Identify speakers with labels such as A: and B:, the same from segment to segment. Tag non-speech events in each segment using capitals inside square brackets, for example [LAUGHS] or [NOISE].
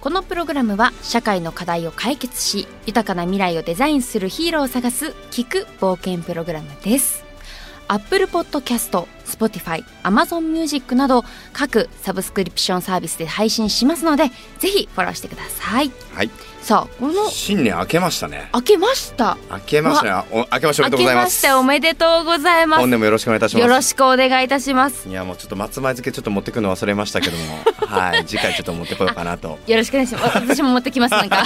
A: このプログラムは社会の課題を解決し豊かな未来をデザインするヒーローを探す聞く冒険プログラムですアップルポッドキャスト Spotify、Amazon Music など各サブスクリプションサービスで配信しますのでぜひフォローしてください
B: はい。
A: さあこの
B: 新年明けましたね。
A: 明けました
B: 明けましたね。あお明けましておめでとうございます。
A: 明けましておめでとうございます
B: 本年もよろしくお願いいたします。
A: よろしくお願いいたします
B: いやもうちょっと松前漬けちょっと持ってくの忘れました
A: [LAUGHS]
B: けども、はい。次回ちょっと持ってこようかなと。
A: よろしくお願い
B: [LAUGHS]
A: します私も持ってきますなんか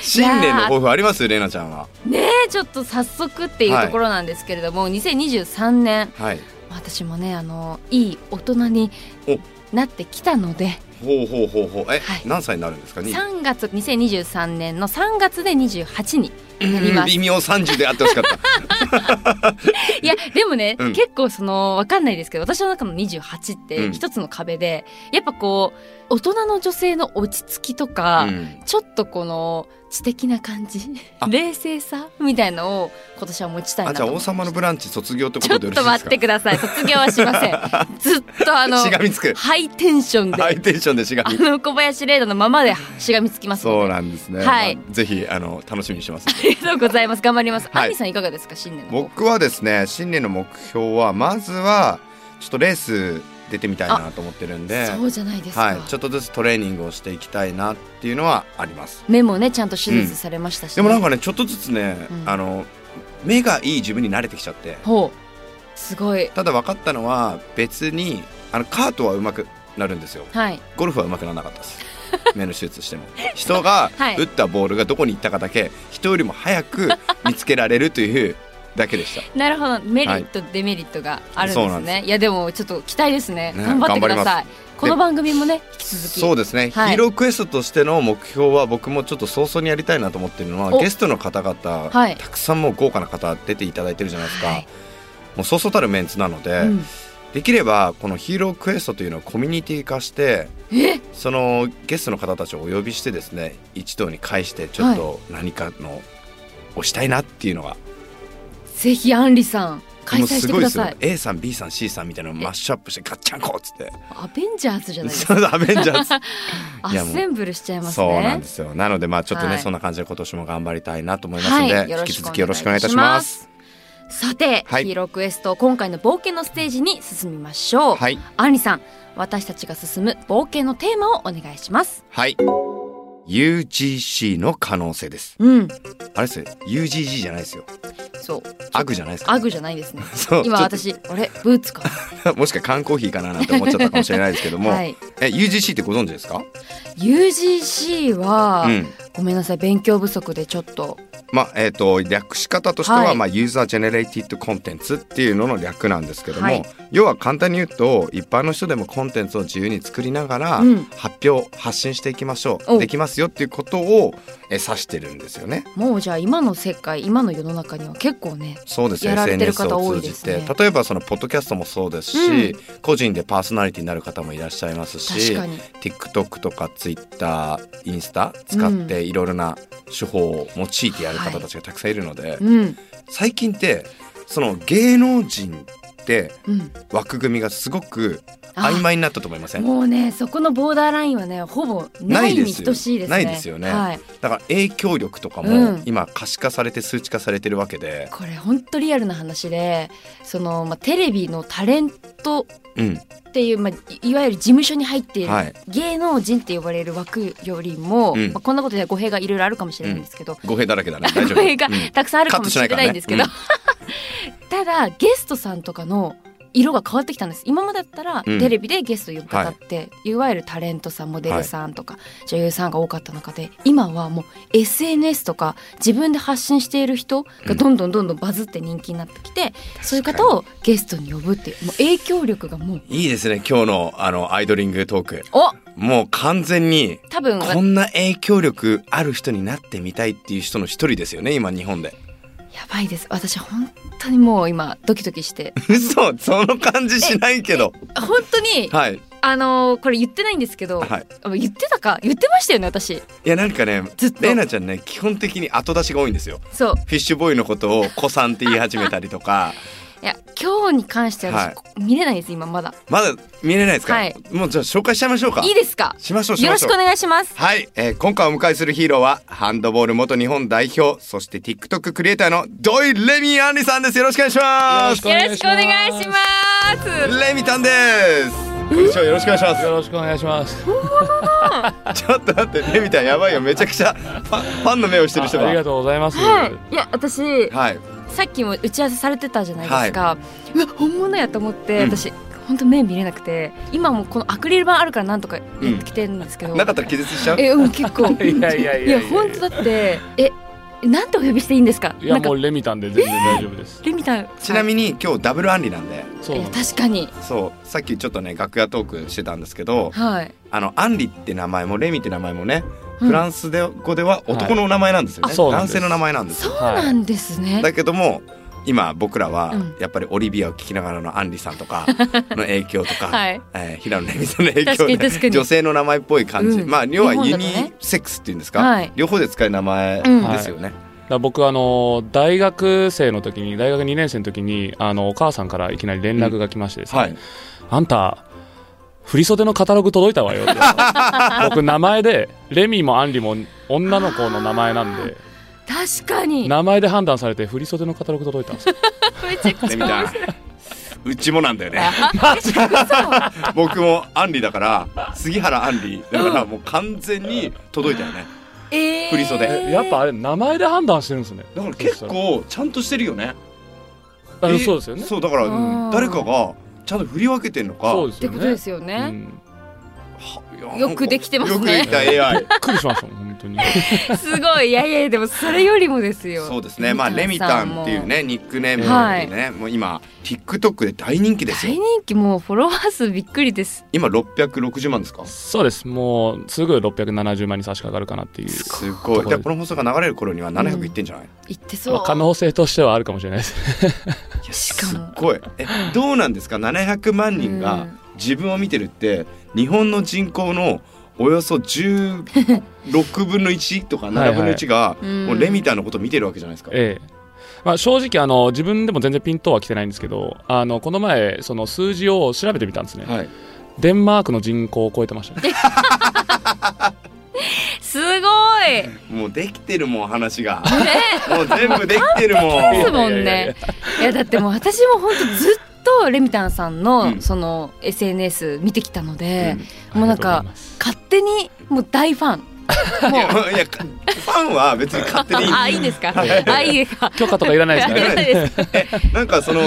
B: 新年の抱負あります？レナちゃんは。
A: ねえちょっと早速っていうところなんですけれども、2023年
B: はい。
A: 私もねあのいい大人に
B: お
A: なってきたので
B: ほうほうほうほう。え、
A: はい
B: 何歳になるんですかに？
A: 3月2023年の3月で28になり
B: うん
A: ます
B: 微妙三十であってほしかった。
A: いやでもね、
B: うん
A: 結構そのわかんないですけど私の中の28っ
B: う
A: て
B: ん
A: 一つの壁で、やっぱこう大人の女性の落ち着きとか、
B: うん
A: ちょっとこの知的な感じ
B: あ
A: 冷静さみたいのを今年は持ちたいな
B: あじ
A: と
B: ゃあ
A: 思
B: 王
A: いました
B: 様のブランチ卒業ってこ
A: ち
B: と
A: ょっ
B: でよろし
A: と
B: いで
A: 待
B: す
A: っ
B: か
A: て？ください。卒業はしま
B: [LAUGHS]
A: せん。ずっとあの、
B: しがみつ
A: [LAUGHS]
B: く。
A: ハイテンションで、
B: ハイテンションでしが
A: あ
B: み。
A: [LAUGHS] の、小林玲奈のままでしがみつきます
B: そう
A: ので。
B: なんですね。
A: はい
B: まあぜひあの楽しみにしてます。
A: ありがとうございます。頑張ります。
B: はい
A: アンリさんいかがですか新年の抱負。
B: 僕はですね新年の目標はまずはちょっとレース出てみたいなと思ってるんで
A: そうじゃないですか。
B: はい、ちょっとずつトレーニングをしていきたいなっていうのはあります
A: 目もね、ちゃんと手術されましたし、
B: でもなんかねちょっとずつね、
A: うん
B: あの目がいい自分に慣れてきちゃって
A: ほう。すごい。
B: ただ分かったのは別にあのカートは上手くなるんですよ
A: はい。
B: ゴルフは上手くならなかったです
A: [LAUGHS]
B: 目の手術しても人が
A: はい
B: 打ったボールがどこに行ったかだけ人よりも早く見つけられるというだけでした
A: なるほど。メリット、デメリットがあるんで
B: そうな
A: す
B: んで
A: ね。いや、でもちょっと期待ですね。
B: ね
A: 頑張ってくだ
B: 頑張
A: さい。この番組もね、引き続き。
B: そうですね、
A: はい
B: ヒーロークエストとしての目標は僕もちょっと早々にやりたいなと思ってるのは
A: お
B: ゲストの方々、
A: はい
B: たくさんもう豪華な方出ていただいてるじゃないですか、
A: はい
B: もうそうそうたるメンツなので、
A: うん
B: できればこのヒーロークエストというのをコミュニティ化してそのゲストの方たちをお呼びしてですね一堂に会してちょっと何かのをしたいなっていうのが、
A: ぜひアンリさん、開
B: も
A: 催
B: う
A: し
B: す
A: て
B: ご
A: く
B: いで
A: だ
B: すよ
A: さい。
B: A さん B さん C さんみたいなのをマッシュアップしてガッチャンコっつって
A: アベンジャーズじゃないですか。
B: そうアベンジャーズ
A: ア
B: いやもう
A: ッセンブルしちゃいますね。
B: そうなんですよなのでまあちょっとね、
A: はい
B: そんな感じで今年も頑張りたいなと思いますので、
A: はい、
B: 引き続きよろしくお願いいたします。
A: さて、
B: はい
A: ヒーロークエスト今回の冒険のステージに進みましょう。
B: はい
A: アンリさん、私たちが進む冒険のテーマをお願いします。
B: はい UGC の可能性です
A: うん、
B: あれですよ UGG じゃないですよ
A: そう。
B: アグじゃないですか
A: アグじゃないですね。
B: そう
A: 今
B: ちょっと
A: 私、あれブーツか。
B: [LAUGHS] もしか缶コーヒーかななんて思っちゃったかもしれないですけど [LAUGHS] も、
A: はい
B: え UGC ってご存知ですか
A: UGC は、
B: うん
A: ごめんなさい勉強不足でちょっと
B: まあえー、と略し方としては、
A: はい
B: まあ、ユーザー・ジェネレイティッド・コンテンツっていうのの略なんですけども、
A: はい
B: 要は簡単に言うと一般の人でもコンテンツを自由に作りながら、
A: うん
B: 発表発信していきましょう
A: お
B: できますよっていうことをえー指してるんですよね。
A: もうじゃあ今の世界今の世の中には結構ね
B: そうですね
A: やられてる
B: SNS
A: 方
B: を
A: 多
B: 通
A: い
B: じ
A: です
B: て、
A: ね
B: 例えばそのポッドキャストもそうですし、個人でパーソナリティになる方もいらっしゃいますし
A: 確かに
B: TikTok とか Twitter インスタ使っていろいろな手法を用いてやる方たちがたくさんいるので、
A: うん
B: 最近ってその芸能人って
A: うん
B: 枠組みがすごく
A: あ
B: 曖昧になったと思いません
A: もうねそこのボーダーラインはねほぼないに等しいですね
B: ないですよね
A: はい、
B: だから影響力とか
A: う
B: も
A: ん
B: 今可視化されて数値化されてるわけで、
A: これ本当リアルな話でその、まあ、テレビのタレント
B: うん、
A: っていう、まあ、いいわゆる事務所に入っている
B: はい
A: 芸能人って呼ばれる枠よりも、
B: うん
A: まあ、こんなことでは語弊がいろいろあるかもしれないんですけど、
B: 語弊だらけ
A: [LAUGHS]
B: だね大丈夫
A: 語弊が
B: うん
A: たくさんあるかもしれないんですけど、
B: カッ
A: [LAUGHS] ただゲストさんとかの色が変わってきたんです今までだったら、
B: うん
A: テレビでゲスト呼ぶ方って、い、わゆるタレントさんモデルさんとか、女優さんが多かった中で今はもう SNS とか自分で発信している人がどんどんどんどんバズって人気になってきて、そういう方をゲストに呼ぶっていうもう影響力がもう
B: いいですね今日のあのアイドリングトーク
A: お
B: もう完全に
A: 多分わ
B: こんな影響力ある人になってみたいっていう人の一人ですよね今日本で
A: やばいです私本当にもう今ドキドキして
B: 嘘その感じしないけど
A: 本当に
B: はい
A: あのーこれ言ってないんですけど、
B: はい
A: あ言ってたか言ってましたよね私
B: いやなんかね
A: ずっと
B: レイナちゃんね基本的に後出しが多いんですよ
A: そう
B: フィッシュボーイのことを子さんって言い始めたりとか
A: いや今日に関しては私、
B: はい
A: こ見れないです今まだ
B: まだ見れないですか、
A: はい
B: もうじゃあ紹介しちゃいましょうか
A: いいですか
B: しましょうし
A: よろ
B: ま
A: し
B: し
A: く
B: ょ
A: お
B: う
A: 願いします
B: はい、えー今回お迎えするヒーローはハンドボール元日本代表そして TikTok クリエイターのドイ・レミ・アンリさんですよろしくお願いします
A: よろしくお願いします
B: レミたんですこんにちはよろしくお願いします
C: よろしくお願いします。
B: ちょっと待ってレミたんやばいよめちゃくちゃファファンの目をしてる人
C: あありが
B: だ
C: とうございます。
A: はいいや私
B: はい
A: さっきも打ち合わせされてたじゃないですか、うわ本物やと思って
B: うん
A: 私、本当目見れなくて今もこのアクリル板あるからなんとかやってきてるんですけど、
B: なかったら気絶しちゃう
A: えうん
B: [LAUGHS]
A: 結構
C: いやいやいやいやいや
A: いや本当だってえなんてお呼びしていいんですか
C: いや
A: なんか
C: もうレミたんで全然大丈夫です。
A: レミタン
B: ちなみに今日ダブルアンリなんで
C: そう
A: い
C: な
A: や
C: んです。
A: 確かに
B: そうさっきちょっとね楽屋トークしてたんですけど
A: はい
B: あのアンリって名前もレミって名前もね、
A: うん
B: フランスで語では男のお名前なんですよね、
C: あそうなん
B: 男
C: です
B: 性の名前なんです
A: そ
B: よ
A: うなんですね、
B: だけども今僕らは
A: うん
B: やっぱりオリビアを聞きながらのアンリさんと
A: [LAUGHS]
B: かの影響とか、
A: はい
B: えー平野レミさんの影
A: 確かに確か
B: 響で
A: に
B: 女性の名前っぽい感じ、
A: うん
B: まあ要は
A: 日
B: ユ
A: 本だとね
B: ニセックスっていうんですか、
A: はい
B: 両方で使える名前
A: うん
B: ですよね、
C: だから僕あの大学生の時に大学2年生の時にあのお母さんからいきなり連絡が来ましてですね。
B: はい
C: あんた振袖のカタログ届いたわよって。 [LAUGHS] 僕名前でレミもアンリも女の子の名前なんで
A: 確かにめ
C: 名前で判断されて振袖のカタログ届いたんですよ。
A: ちゃく
B: レ
A: ち
B: ミ
A: ゃ
B: ちゃ
A: 面
B: ん [LAUGHS]
A: 白いう
B: ちもなんだよね
A: あえ嘘
B: [LAUGHS] 僕もアンリだから杉原アンリだからもう完全に届いたよね
C: [LAUGHS]
A: えー
B: 振り袖
C: えやっぱあれ名前で判断してるんですね。
B: だから結構ちゃんとしてるよね
C: あ
B: え
C: のそうですよね。
B: そうだから
A: うん
B: 誰かがちゃんと振り分けてんのか
C: そうで
A: っ
C: す
A: て
C: よ
A: ことで
C: ね。
A: すよね、
C: うん
B: いやなんか
A: よくできてますね
B: よくできた AI
C: びっくりしましたもん本当に。
A: すごいいやいやでもそれよりもですよ
B: そうですねまあレミ
A: さ
B: タ
A: んも
B: ンっていうねニックネームなんでね、もう今 TikTok で大人気です
A: 大
B: よ
A: 人気もうフォロワー数びっくりです
B: 今660万ですか
C: そうです。もうすぐ670万に差し掛かるかなっていう。
B: すごいでこの放送が流れる頃には700いってんじゃない、
A: 言ってそ
C: まあ
A: う
C: 可能性としてはあるかもしれないで
B: い
C: す。
B: や
A: しかも
B: すっごいえどうなんですか700万人
A: う
B: が
A: ん
B: 自分を見てるって日本の人口のおよそ16分の1とか7分の1が
A: [LAUGHS] うん
B: もうレミタンのことを見てるわけじゃないですか。
C: ええ。まあ正直あの自分でも全然ピントは来てないんですけど、あのこの前その数字を調べてみたんですね。
B: はい、
C: デンマークの人口を超えてましたね。
A: すごい
B: もうできてるもん話
A: [LAUGHS]
B: が、もう全部できてるもん
A: ですもん
C: いやいやい
A: ねいやだってもう私も本当ずっとレミタンさん
B: う
A: の
B: ん
A: その SNS 見てきたので、
C: うん
A: もうなん
C: あ
A: か
C: りがとうございます
A: 勝手にもう大ファン
B: いやいやファンは別に勝手にいい
A: あいいですかあいいですか
C: [LAUGHS] 許可とかいらないです
A: あ
C: か
A: り
C: ら
A: が
C: ね。
A: たいです
B: なんかその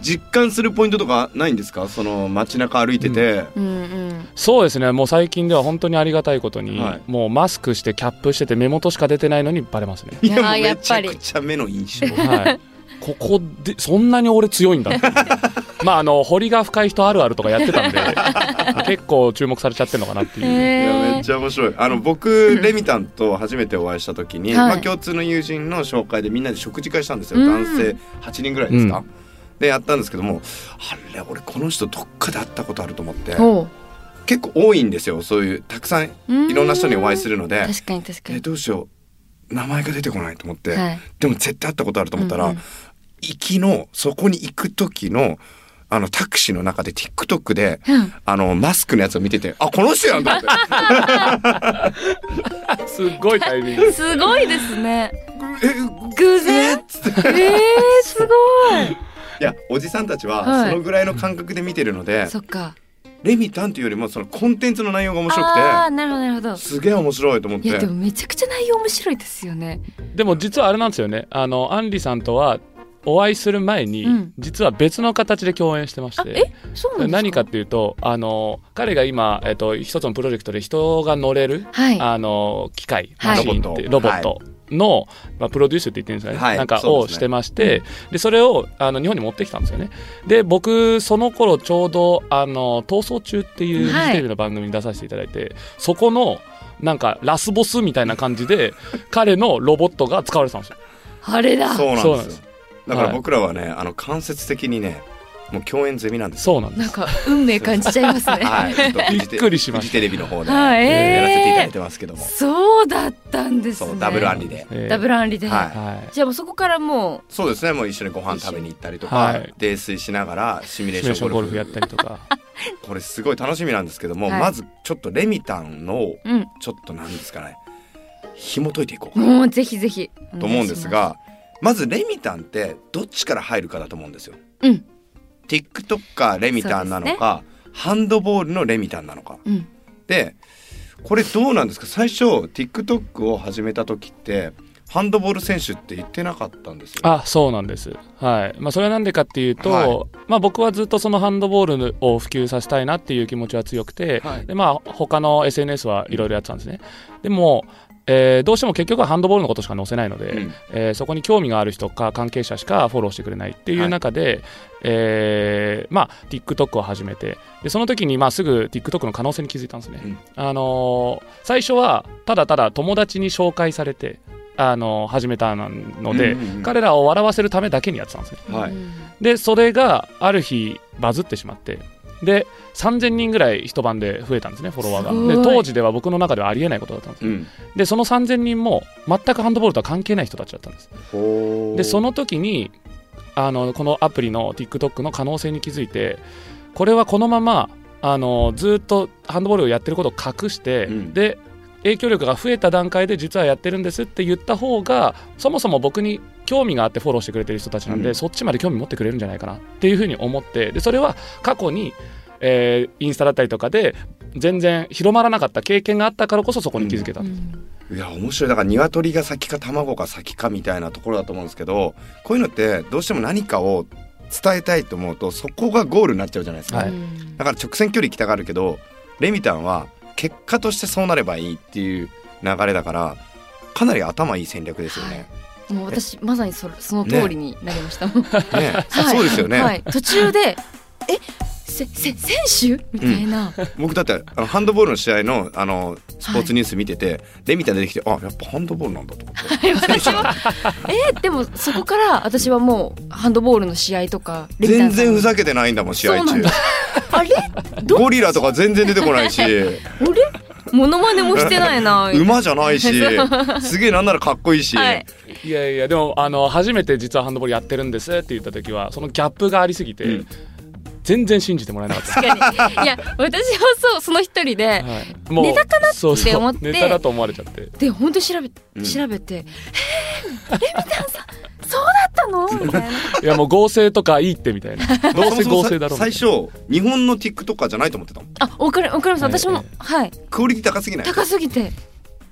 B: 実感するポイントとかないんですかその街中歩いてて、
A: [LAUGHS] うんうん
C: そうですね。もう最近では本当にありがたいことに、
B: はい
C: もうマスクしてキャップしてて目元しか出てないのにバレますね。
B: [LAUGHS]
A: い
B: い
A: や
B: やもう
A: や
B: め
A: っ
B: ち
A: ぱ
B: ゃ
A: り
B: くちゃ目の印象
C: はい。ここでそんなに俺強いん [LAUGHS] だってまああの彫りが深い人あるあるとかやってたん [LAUGHS] で結構注目されちゃってるのかなっていう、
B: いやめ
A: へ
B: っ
A: ー
B: ちゃ面白いあの僕レミタンと初めてお会いした時に、
A: はい
B: まあ、共通の友人の紹介でみんなで食事会したんですよ、
A: うん
B: 男性8人ぐらいですか、
C: う
B: でやったんですけどもあれ俺この人どっかで会ったことあると思って
A: ほ
B: 結構多いんですよそういうたくさん
A: う
B: いろんな人にお会い
A: る
B: するので
A: 確かに確か
B: え
A: に
B: どうしよう名前が出てこないと思って、
A: はい
B: でも絶対会ったことあると思ったら、
A: うんうん
B: 行きのそこに行く時のあのタクシーの中で TikTok で、
A: うん
B: あのマスクのやつを見ててあこの人やんと思
A: [LAUGHS]
B: って。
C: すごいタイミング
A: すごいですね
B: え
A: 偶然えー、すごい
B: いやおじさんたち
A: は
B: はいそのぐらいの感覚で見てるので、
A: そっか
B: レミタンというよりもそのコンテンツの内容が面
A: あ
B: 白
A: あーなるほどなるほど
B: くてすげえ面白いと思っ
A: い
B: て
A: やでもめちゃくちゃ内容面白いですよね
C: でも実はあれなんですよねあのアンリさんとはお会いする前に、
A: うん
C: 実は別の形で共演してまし
A: あえ
C: て
A: そうなんですか
C: 何かっていうとあの彼が今、えっと、一つのプロジェクトで人が乗れる、
A: はい
C: あの機械
A: はい
C: マシンってロボットの、まあ、プロデュースって言ってるんですかね、
B: はい
C: なんか
B: そう
C: を
B: ですね
C: してましてでそれをあの日本に持ってきたんですよねで僕その頃ちょうど「あの逃走中」っていうフ
A: はい
C: ジテレビの番組に出させていただいて、そこのなんかラスボスみたいな感じ
A: [LAUGHS]
C: で彼のロボットが使われてたんですよ
A: あれだ
B: そうなん
C: そ
B: で
C: うなんですす
B: よだから
C: はい
B: 僕らはね、あの間接的にねもう共演済みなんですよ
C: そうなんで
A: な
C: す
A: んか運命感じちゃいますね
C: [LAUGHS]
B: はい、ちょっとフジテ
C: びっくりしま
B: フ
C: した
B: ジテレビの方で
A: は
B: や
A: い
B: らせていただいてますけども、
A: そうだったんです
B: そ
A: ね
B: うダブルアンリで、
C: えー
A: ダブルアンリで、
B: はい
C: はい
A: じゃあもうそこからも
B: そうですねもう一緒にご飯食べに行ったりとか、
C: はい
B: 泥酔しながらシミュレ
C: シ
B: ー
C: ミュレー
B: シ
C: シ
B: ョ
C: ョ
B: ン
C: ン
B: ゴ
C: ゴ
B: ル
C: ル
B: フ
C: フやったりとか
B: これすごい楽しみなんですけども、
A: はい
B: まずちょっとレミタンの
A: ううん
B: ちょっと何ですかね紐解いていこう
A: もうぜひぜひ
B: と思うんですがまずレミタンってどっちから入るかだと思うんですよ。
A: うん
B: TikToker レミタンなのか、ハンドボールのレミタンなのか。
A: お願いし
B: でこれどうなんですか最初 TikTok を始めた時ってハンドボール選手って言ってなかったんですよ。
C: [LAUGHS] あそうなんです、はいまあ、それはなんでかっていうと、
B: はい
C: まあ、僕はずっとそのハンドボールを普及させたいなっていう気持ちは強くて、
B: はい
C: でまあ、他の SNS はいろいろやってたんですねでも、えーどうしても結局はハンドボールのことしか載せないので、
B: うん
C: えーそこに興味がある人か関係者しかフォローしてくれないっていう中で、えーまあ、TikTok を始めてでその時にまあすぐ TikTok の可能性に気づいたんですね、
B: うん
C: あのー最初はただただ友達に紹介されて、あのー始めたので、
B: うんうんうん
C: 彼らを笑わせるためだけにやってたんですね
A: ます
B: はい
A: うん
C: でそれがある日バズってしまってで3000人ぐらい一晩で増えたんですねフォロワ
A: す
C: ー
A: ご
C: が
A: い
C: で当時では僕の中ではありえないことだったんです
B: うん、
C: でその3000人も全くハンドボールとは関係ない人たちだったんです
B: ほー
C: でその時にあのこのアプリの TikTok の可能性に気づいてこれはこのままあのずっとハンドボールをやってることを隠して、
B: うん
C: で影響力が増えた段階で実はやってるんですって言った方がそもそも僕に興味があってフォローしてくれてる人たちなんで、
B: うん
C: そっちまで興味持ってくれるんじゃないかなっていうふうに思ってでそれは過去に、えーインスタだったりとかで全然広まらなかった経験があったからこそそこに気づけた、
A: うん
B: いや面白いだから鶏が先か卵が先かみたいなところだと思うんですけどこういうのってどうしても何かを伝えたいと思うとそこがゴールになっちゃうじゃないですか、
C: はい
A: うん
B: だから直線距離行きたがるけどレミタンは結果としてそうなればいいっていう流れだからかなり頭いい戦略ですよね。
A: もう私まさにそその通りになりました、 [LAUGHS] は
B: ね
A: い
B: そうですよね、
A: はい、途中でえせせ選手みたいな、
B: 僕だってあのハンドボールの試合のあのスポーツニュース見てて、レミタン出てきてあやっぱハンドボールなんだと思って
A: 私もえでもそこから私はもうハンドボールの試合とかレミ
B: 全
A: タンさん
B: 然ふざけてないんだもん試合
A: そうなん
B: 中
A: だあれど
B: ゴリラとか全然出てこ
A: [LAUGHS]
B: ないし
A: あれモノマネもしてないな
B: 馬じゃないしすげえなんならかっこいいし、
A: はい
C: いやいやでもあの初めて実はハンドボールやってるんですって言った時はそのギャップがありすぎて、
B: うん
C: 全然信じてもらえなかった。
A: 確かにいや私もそうその一人で、
C: はい、もう
A: ネタかなって
C: そうそう
A: 思って
C: ネタだと思われちゃって
A: で本当に調べ
B: うん
A: 調べて、えーレミタンさんそうだったのみたいな
C: いやもう合成とかいいってみたいなどうせ合成だろうみたい
B: 最
C: な
B: 初日本の TikToker じゃないと思ってたもん
A: あわかりわかります
C: はい
A: 私も、はい
B: クオリティ高すぎない
A: 高すぎて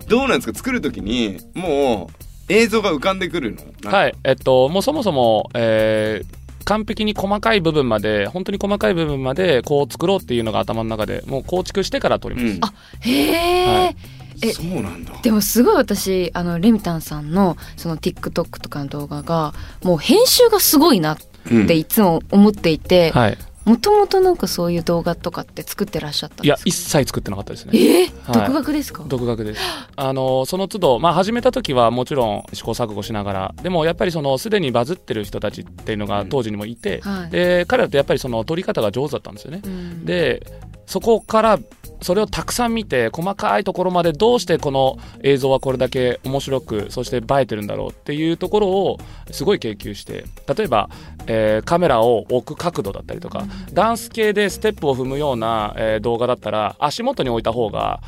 B: どうなんですか作る時にもう映像が浮かんでくるの
C: はいいえっともうそもそも、えー完璧に細かい部分まで本当に細かい部分までこう作ろうっていうのが頭の中でもう構築してから撮ります、
B: うん、
A: あへえ、
C: は
A: え
B: そうなんだ
A: でもすごい私あのレミタンさんのその TikTok とかの動画がもう編集がすごいなっ
B: うん
A: ていつも思っていて
C: はい、
A: もともとなんかそういう動画とかって作ってらっしゃったん
C: いや
A: ですか
C: 一切作ってなかったですね
A: えー
C: はい
A: 独学ですか、
C: 独学ですあのその都度、まあ、始めた時はもちろん試行錯誤しながらでもやっぱりそのすでにバズってる人たちっていうのが当時にもいて、
A: はい
C: で彼らってやっぱりその撮り方が上手だったんですよね
A: うん
C: でそこからそれをたくさん見て細かいところまでどうしてこの映像はこれだけ面白くそして映えてるんだろうっていうところをすごい研究して例えば、えーカメラを置く角度だったりとかダンス系でステップを踏むような、えー動画だったら足元に置いた方が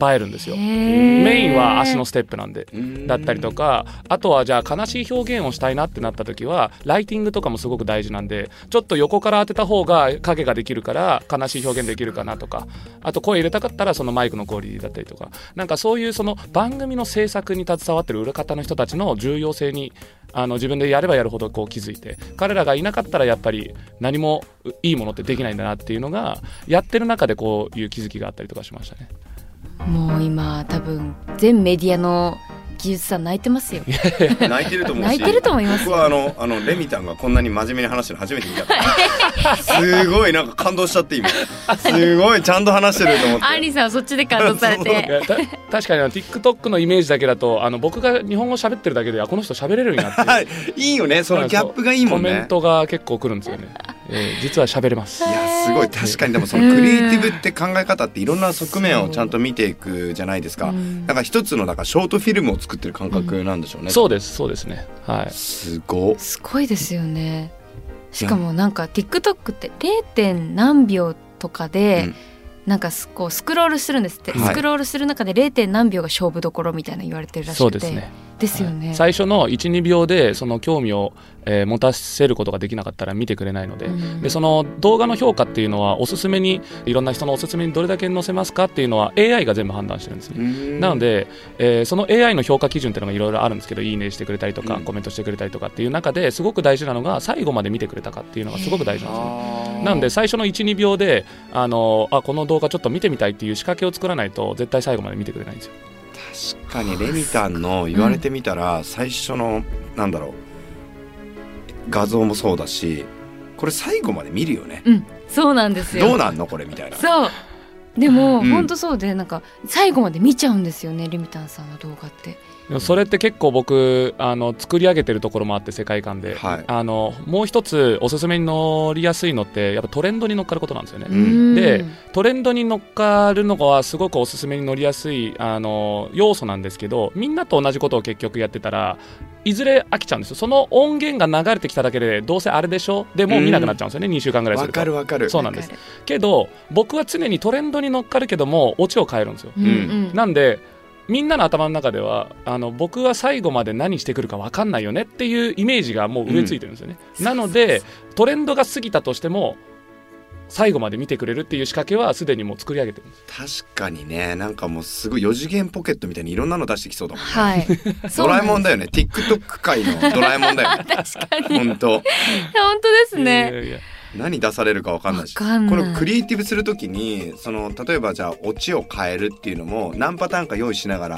C: 映えるんですよ。メ
A: メ
C: インは足のステップなんで
B: ん
C: だったりとかあとはじゃあ悲しい表現をしたいなってなった時はライティングとかもすごく大事なんでちょっと横から当てた方が影ができるから悲しい表現できるかなとかあと声入れたかったらそのマイクのクオリティだったりとかなんかそういうその番組の制作に携わってる裏方の人たちの重要性にあの自分でやればやるほどこう気づいて彼らがいなかったらやっぱり何もいいものってできないんだなっていうのがやってる中でこういう気づきがあったりとかしましたね。
A: もう今多分全メディアの技術さん泣いてますよ
B: 泣いてると思うし
A: 泣いてると思います
B: 僕はあのあのレミたんがこんなに真面目に話してるの初めて見たからすごいなんか感動しちゃって今すごいちゃんと話してると思って
A: アーリーさんはそっちで感動され
C: い
A: て
C: や
A: [LAUGHS]
C: た確かにあの TikTok のイメージだけだとあの僕が日本語喋ってるだけであこの人喋れるんやってい
B: [LAUGHS]
C: う
B: はいいいよねそのギャップがいいもん
C: コメン
B: ね
C: トが結構来るんで
B: [LAUGHS]
C: すよね、えー実は喋れます
B: いやすごい確かにでもそのクリエイティブって考え方っていろんな側面をちゃんと見ていくじゃないですか
A: うん
B: だから一つのだからショートフィルムを作ってる感覚なんでしょうね
C: そうですそうですねはい
B: すごっ
A: すごいですよねしかもなんか TikTok って 0. 点何秒とかで、
B: うん
A: なんかすこうスクロールするんですって、
B: はい
A: スクロールする中で 0. 点何秒が勝負どころみたいなの言われてるらしくて
C: そうですね
A: ですよね、
C: はい最初の12秒でその興味を、えー持たせることができなかったら見てくれないので,、
A: うん
C: でその動画の評価っていうのはおすすめにいろんな人のおすすめにどれだけ載せますかっていうのは AI が全部判断してるんですね。なので、えーその AI の評価基準っていうのがいろいろあるんですけどいいねしてくれたりとか、
B: うん
C: コメントしてくれたりとかっていう中ですごく大事なのが最後まで見てくれたかっていうのがすごく大事なんですね。なんで最初の12秒であのあこの動画ちょっと見てみたいっていう仕掛けを作らないと絶対最後まで見てくれないんですよ。
B: 確かにレミたんの言われてみたら最初のなんだろう画像もそうだしこれ最後まで見るよね
A: うんそうなんですよ
B: どうなんのこれみたいな
A: そうでも、
B: うん
A: ほんとそうでなんか最後まで見ちゃうんですよねリミタンさんの動画って
C: でもそれって結構僕あの作り上げてるところもあって世界観で、
B: はい
C: あのもう一つおすすめに乗りやすいのってやっぱトレンドに乗っかることなんですよね。
B: ん
C: でトレンドに乗っかるのはすごくおすすめに乗りやすいあの要素なんですけどみんなと同じことを結局やってたらいずれ飽きちゃうんですよその音源が流れてきただけでどうせあれでしょでもう見なくなっちゃうんですよね、2週間ぐらいす
B: わ
C: る
B: か
C: と
B: るわかる
C: そう
A: な
C: なんですけど僕は常にトレンドに乗っかるけどもオチを変えるんですよ、
A: うんうん
C: なんでみんなの頭の中ではあの僕は最後まで何してくるか分かんないよねっていうイメージがもう植え付いてるんですよね、なのでトレンドが過ぎたとしても最後まで見てくれるっていう仕掛けはすでにもう作り上げてるんです
B: 確かにねなんかもうすごい4次元ポケットみたいにいろんなの出してきそうだもん
A: はい
B: ドラえもん
A: だ
B: だよね TikTok 界のドラえもんだ
A: [LAUGHS]
B: よね
A: 確かに
B: 本当
A: 本当です
C: い
A: ね
C: やいや
B: 何出されるかわかんないし
A: わかんない
B: このクリエイティブするときにその例えばじゃあオチを変えるっていうのも何パターンか用意しながら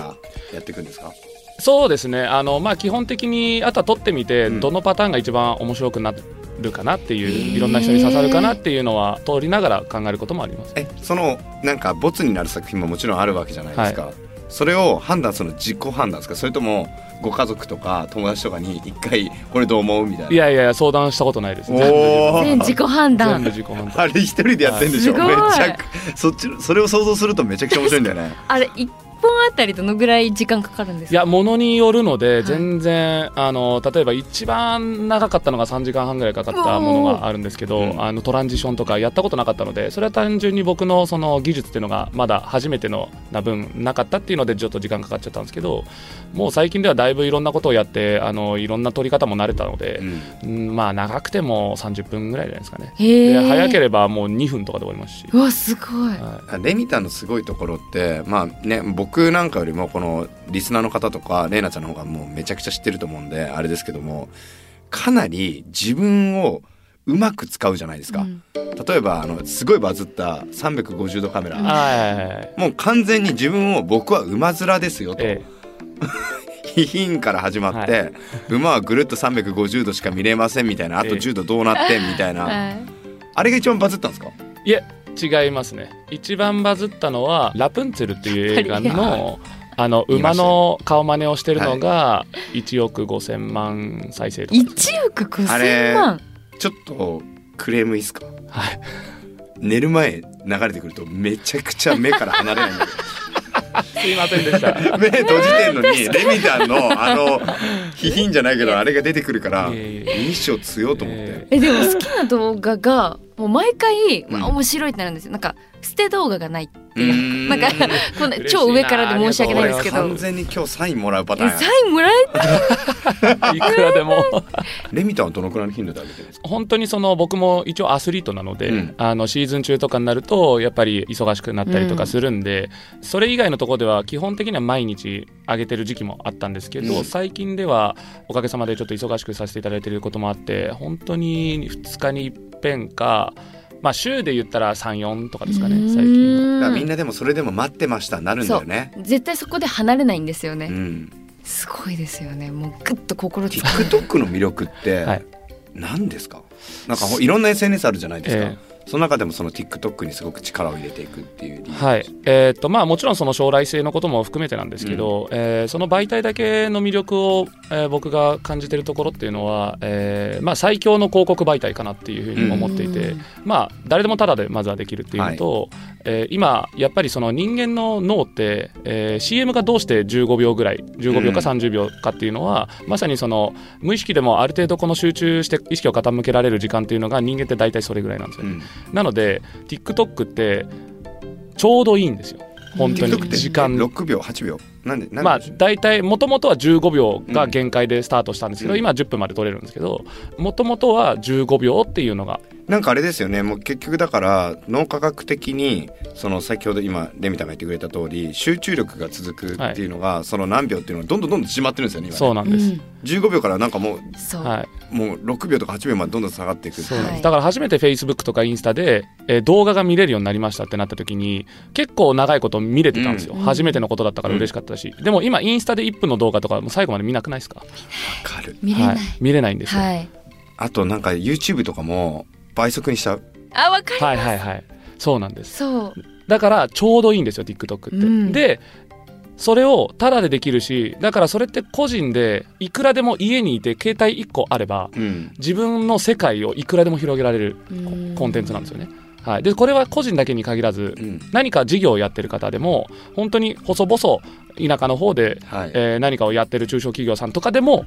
B: やっていくんですか
C: そうですねあの、まあ、基本的にあとは撮ってみて、
B: うん
C: どのパターンが一番面白くなるかなっていういろんな人に刺さるかなっていうのは通りながら考えることもあります
B: えそのなんかボツになる作品ももちろんあるわけじゃないですか、それを判断するの自己判断ですかそれともご家族とか友達とかに一回これどう思うみたいない
C: やいや相談したことないです
B: お
C: ね
B: ー
A: 全自己判
C: 全部
A: 断
C: 自己判断
B: あれ一人でやってんでしょ、
A: すごい
B: めちゃくそっちそれを想像するとめちゃくちゃ面白いんだよね
A: あれ一本あたりどのぐらい時間かかるんです
C: い
A: か
C: やものによるので、
A: い
C: 全然あの例えば一番長かったのが3時間半ぐらいかかったものがあるんですけど、
B: うん
C: あのトランジションとかやったことなかったのでそれは単純に僕のその技術っていうのがまだ初めてのな分なかったっていうのでちょっと時間かかっちゃったんですけどもう最近ではだいぶいろんなことをやってあのいろんな撮り方も慣れたので、うんまあ長くても30分ぐらいじゃないですかね。
A: へ
C: で
A: え
C: 早ければもう2分とかで終わりますし。
A: うわすごい
C: はい
B: あレミタのすごいところってまあね僕なんかよりもこのリスナーの方とかレイナちゃんの方がもうめちゃくちゃ知ってると思うんであれですけどもかなり自分をうまく使うじゃないですか、
A: うん
B: 例えばあのすごいバズった360度カメラ、
C: はい
B: もう完全に自分を僕は馬面ですよと、
C: ええ
B: ヒヒンから始まって、
C: は
B: 馬はぐるっと350度しか見れませんみたいなあと
C: ええ
B: 10度どうなってみたいな、
A: はい
B: あれが一番バズったんですか
C: いえ違いますね一番バズったのは「ラプンツェル」っていう映画
A: やっ
B: ぱり
C: のあの
B: 見ま
C: 馬
B: した
C: の顔真似をしてるのが1億5000万再生とかです
A: 1億5
B: あ
A: 千
B: れ
A: 万
B: ちょっとクレームいいっすか
C: はい
B: 寝る前流れてくるとめちゃくちゃ目から離れないんだけ
C: すいませんでした
B: ど目閉じてんのに [LAUGHS] レミタンのあのヒヒンじゃないけどあれが出てくるから
C: いえい
B: 印象強いと思って、
C: え
A: えでも好きな動画がもう毎回、
B: うん
A: わ面白いってなるんですよなんか捨て動画がないってい
B: うー
A: う [LAUGHS] なんんかこんな超上からで申し訳ないですけ
C: ありがと
A: ど
C: うご
B: 完全に今日サインもらうパタ
A: え
B: ーンや
A: サインもらえた
C: いくらでも
B: レミタンはどのくらいの頻度で上げてるんですか
C: 本当にその僕も一応アスリートなので、
B: うん
C: あのシーズン中とかになるとやっぱり忙しくなったりとかするんで、それ以外のところでは基本的には毎日上げてる時期もあったんですけど、
B: うん
C: 最近ではおかげさまでちょっと忙しくさせていただいていることもあって本当に2日に一遍か、まあ、週で言ったら34とかですかね最近は。
B: だからみんなでもそれでも待ってましたになるんだよね
A: 絶対そこで離れないんですよね、
B: うん
A: すごいですよねもうぐっと心つ
B: TikTok の魅力っ
C: は
B: て
C: い
B: 何ですか、なんかほいろんな SNS あるじゃないですか、
C: え
B: その中でもその TikTok にすごく力を入れていくっていう理由
C: はいえーっとまあ、もちろんその将来性のことも含めてなんですけど、えーその媒体だけの魅力を、えー僕が感じてるところっていうのは、えーまあ、最強の広告媒体かなっていうふうに思っていて、
A: うん
C: まあ、誰でもタダでまずはできるっていうのと、えー今やっぱりその人間の脳って、えー CM がどうして15秒ぐらい15秒か
B: うん
C: 30秒かっていうのは、まさにその無意識でもある程度この集中して意識を傾けられる時間っていうのが人間って大体それぐらいなんですよね
B: うん
C: なので TikTok ってちょうどいいんですよ本
B: TikTok
C: 当
B: っ
C: に
B: て
C: 時間
B: 6秒8秒なんでなん
C: まあ
B: で、
C: 大体もともとは15秒が限界でスタートしたんですけど、
B: うん
C: 今は10分まで取れるんですけどもともとは15秒っていうのが
B: なんかあれですよねもう結局だから脳科学的にその先ほど今レミタが言ってくれた通り集中力が続くっていうのが、その何秒っていうのがどんどんどんどん縮まってるんですよね今ね
C: そうなん
A: う
C: です、
A: ん
B: 15秒からなんかもう
A: そう、
C: はい
B: もう6秒とか8秒までどんどん下がっていくっていう
A: そうはい
C: だから初めて Facebook とかインスタで、えー動画が見れるようになりましたってなった時に結構長いこと見れてたんですよ、
A: うん
C: 初めてのことだったから嬉しかったし、でも今インスタで1分の動画とかもう最後まで見なくないですか
B: わかる
A: 見れない、
C: はい、見れないんですよ、
A: はい。
B: あとなんか YouTube とかも倍速にしちゃう
A: あ、わかる。
C: はいはいはいそうなんです
A: そう。
C: だからちょうどいいんですよ TikTok って。
A: うん
C: でそれをタダでできるしだからそれって個人でいくらでも家にいて携帯1個あれば
B: うん
C: 自分の世界をいくらでも広げられる
A: う
C: コ
A: ん
C: コンテンツなんですよね。はい、でこれは個人だけに限らず
B: うん
C: 何か事業をやってる方でも本当に細々田舎の方で、
B: はい
C: えー何かをやってる中小企業さんとかでも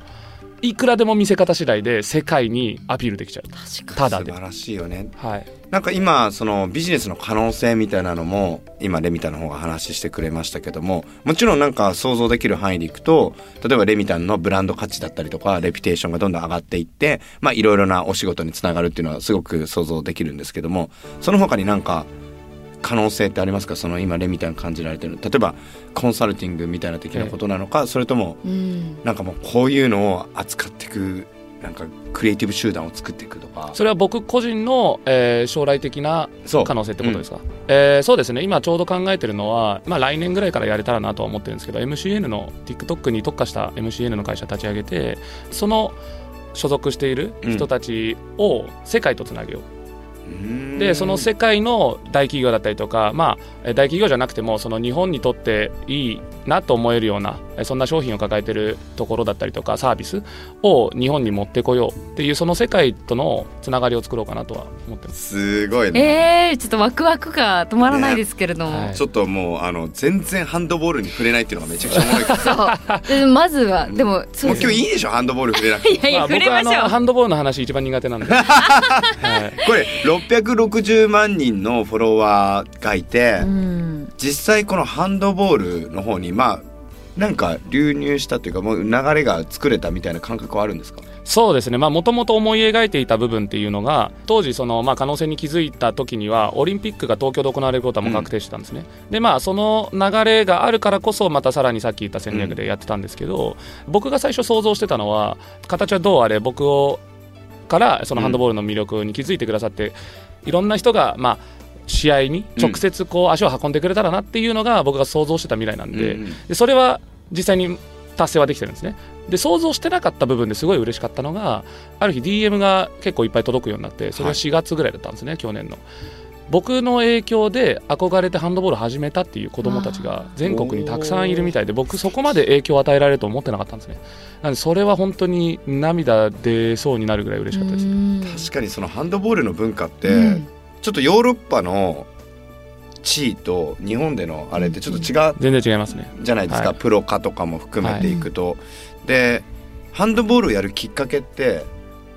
C: いくらでも見せ方次第で世界にアピールできちゃう。
A: 確か
C: タダ
B: 素
C: で。
B: 晴らしいよね
C: はい、
B: なんか今そのビジネスの可能性みたいなのも今レミタの方が話してくれましたけどももちろんなんか想像できる範囲でいくと例えばレミタンのブランド価値だったりとかレピュテーションがどんどん上がっていってまあいろいろなお仕事につながるっていうのはすごく想像できるんですけどもその他になんか可能性ってありますかその今レミタン感じられてる例えばコンサルティングみたいな的なことなのかそれとも
A: に。うん。
B: なんかもうこういうのを扱っていくなんかクリエイティブ集団を作っていくとか
C: それは僕個人の、えー将来的な
B: そう
C: 可能性ってことですか、えーそうですね今ちょうど考えてるのは、まあ、来年ぐらいからやれたらなとは思ってるんですけど MCN の TikTok に特化した MCN の会社立ち上げてその所属している人たちを世界とつなげよう、
B: うん
C: でその世界の大企業だったりとか、まあ、えー大企業じゃなくてもその日本にとっていいなと思えるようなえーそんな商品を抱えてるところだったりとかサービスを日本に持ってこようっていうその世界とのつながりを作ろうかなとは思ってます。
B: すごいね
A: えー、ちょっとワクワクが止まらないですけれども。
C: ねはい
B: ちょっともうあの全然ハンドボールに触れないっていうのがめちゃくちゃおもろいから
A: そう。でまずは、でも、 [LAUGHS] そう
B: もう
A: です
B: 今
A: ね
B: 日いいでしょハンドボール触れ
A: [LAUGHS]
B: なくて
A: いやいや、触れ
C: 僕は
A: ま
C: あ
A: し
C: の
A: ょ
C: ハンドボールの話一番苦手なんで、はい
B: これ660万人のフォロワーがいて、
A: う。うん。
B: 実際このハンドボールの方にまあなんか流入したというかもう流れが作れたみたいな感覚はあるんですか
C: そうですねもともと思い描いていた部分っていうのが当時その、まあ、可能性に気づいた時にはオリンピックが東京で行われることはもう確定してたんですね、でまあその流れがあるからこそまたさらにさっき言った戦略でやってたんですけど、僕が最初想像してたのは形はどうあれ僕をからそのハンドボールの魅力に気づいてくださって、いろんな人がまあ試合に直接こう足を運んでくれたらなっていうのが僕が想像してた未来なんで、
B: うんうん
C: でそれは実際に達成はできてるんですねで想像してなかった部分ですごい嬉しかったのがある日 DM が結構いっぱい届くようになってそれが4月ぐらいだったんですね、去年の僕の影響で憧れてハンドボール始めたっていう子供たちが全国にたくさんいるみたいで僕そこまで影響を与えられると思ってなかったんですねなんでそれは本当に涙出そうになるぐらい嬉しかったです、
A: うん
B: 確かにそのハンドボールの文化って、
A: うん
B: ちょっとヨーロッパの地位と日本でのあれってちょっと違う
C: 全然違いますね
B: じゃないですか、
C: はい
B: プロ化とかも含めていくと、でハンドボールをやるきっかけって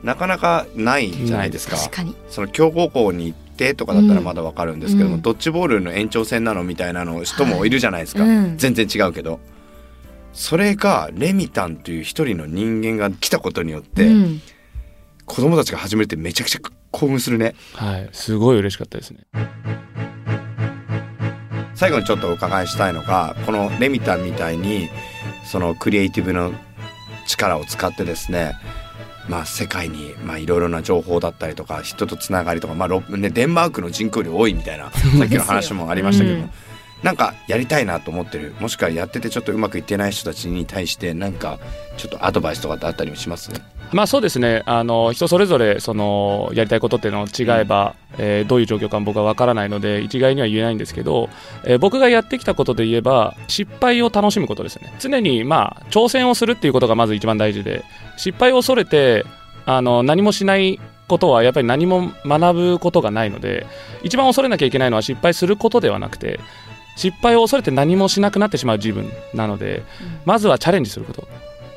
B: なかなかないじゃないですか
A: 確かに。
B: その強豪校に行ってとかだったら
A: うん
B: まだわかるんですけども、
A: うん
B: ドッジボールの延長戦なのみたいなの人もいるじゃないですか、
A: はいうん
B: 全然違うけどそれがレミタンという一人の人間が来たことによって、
A: うん
B: 子供たちが始めるってめちゃくちゃ興奮するね
C: はいすごい嬉しかったですね
B: 最後にちょっとお伺いしたいのがこのレミタンみたいにそのクリエイティブの力を使ってですねまあ世界にまあいろいろな情報だったりとか人とつながりとかまあろねデンマークの人口量多いみたいなさっきの話もありましたけど
A: う
B: も
A: ん
B: なんかやりたいなと思ってるもしくはやっててちょっとうまくいってない人たちに対してなんかちょっとアドバイスとかってあったりもします
C: まあそうですねあの人それぞれそのやりたいことっていうのは違えば、えーどういう状況かも僕は分からないので一概には言えないんですけど、えー僕がやってきたことで言えば失敗を楽しむことですね常にまあ挑戦をするっていうことがまず一番大事で失敗を恐れてあの何もしないことはやっぱり何も学ぶことがないので一番恐れなきゃいけないのは失敗することではなくて失敗を恐れて何もしなくなってしまう自分なので、まずはチャレンジすること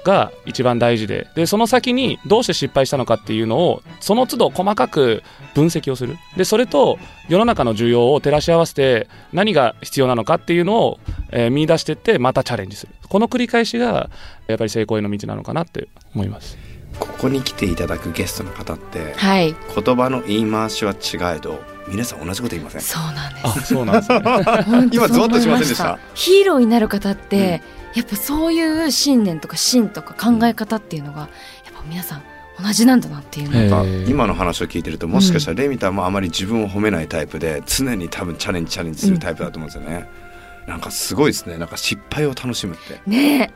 C: が一番大事ででその先にどうして失敗したのかっていうのをその都度細かく分析をするでそれと世の中の需要を照らし合わせて何が必要なのかっていうのを、えー見出してってまたチャレンジするこの繰り返しがやっぱり成功への道なのかなって思います
B: ここに来ていただくゲストの方って
A: はい
B: 言葉の言い回しは違えど皆さん同じこと言いません
A: そうなんです
C: あそうなんですね
A: 本当
B: 今
A: そう思い
B: ゾワッとしませんでした
A: ヒーローになる方って、やっぱそういう信念とか芯とか考え方っていうのがやっぱ皆さん同じなんだなっていうの、
C: [LAUGHS] え
B: まあ
C: ー
B: 今の話を聞いてるともしかしたらレミタもあまり自分を褒めないタイプで常に多分チャレンジチャレンジするタイプだと思うんですよね。なんかすごいですねなんか失敗を楽しむって。
A: ね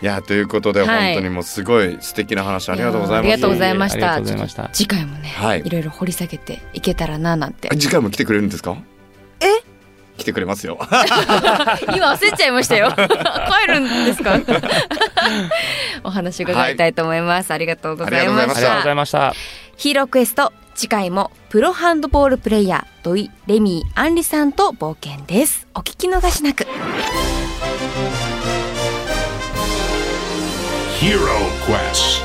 B: いやということで
A: はい
B: 本当にもうすごい素敵な話
A: え
B: ありがとうございます。
A: やありがとうございまし
C: ありが
A: た
C: とうございました
A: ちょっと次回もね、
B: はい
A: い、ろいろ掘り下げていけたらななんて
B: あ次回も来てくれるんですかえ来てくれますよ。
A: 今焦っちゃいましたよ [LAUGHS] 帰るんです
B: [LAUGHS]
A: かお話伺いたいと思います、ありがとうございま
B: ありがとうご
C: あ
A: し
C: りがとう
A: た
C: ございました
A: ヒーロークエスト次回もプロハンドボールプレイヤー土井レミーアンリさんと冒険ですお聞き逃しなく
D: Hero Quest.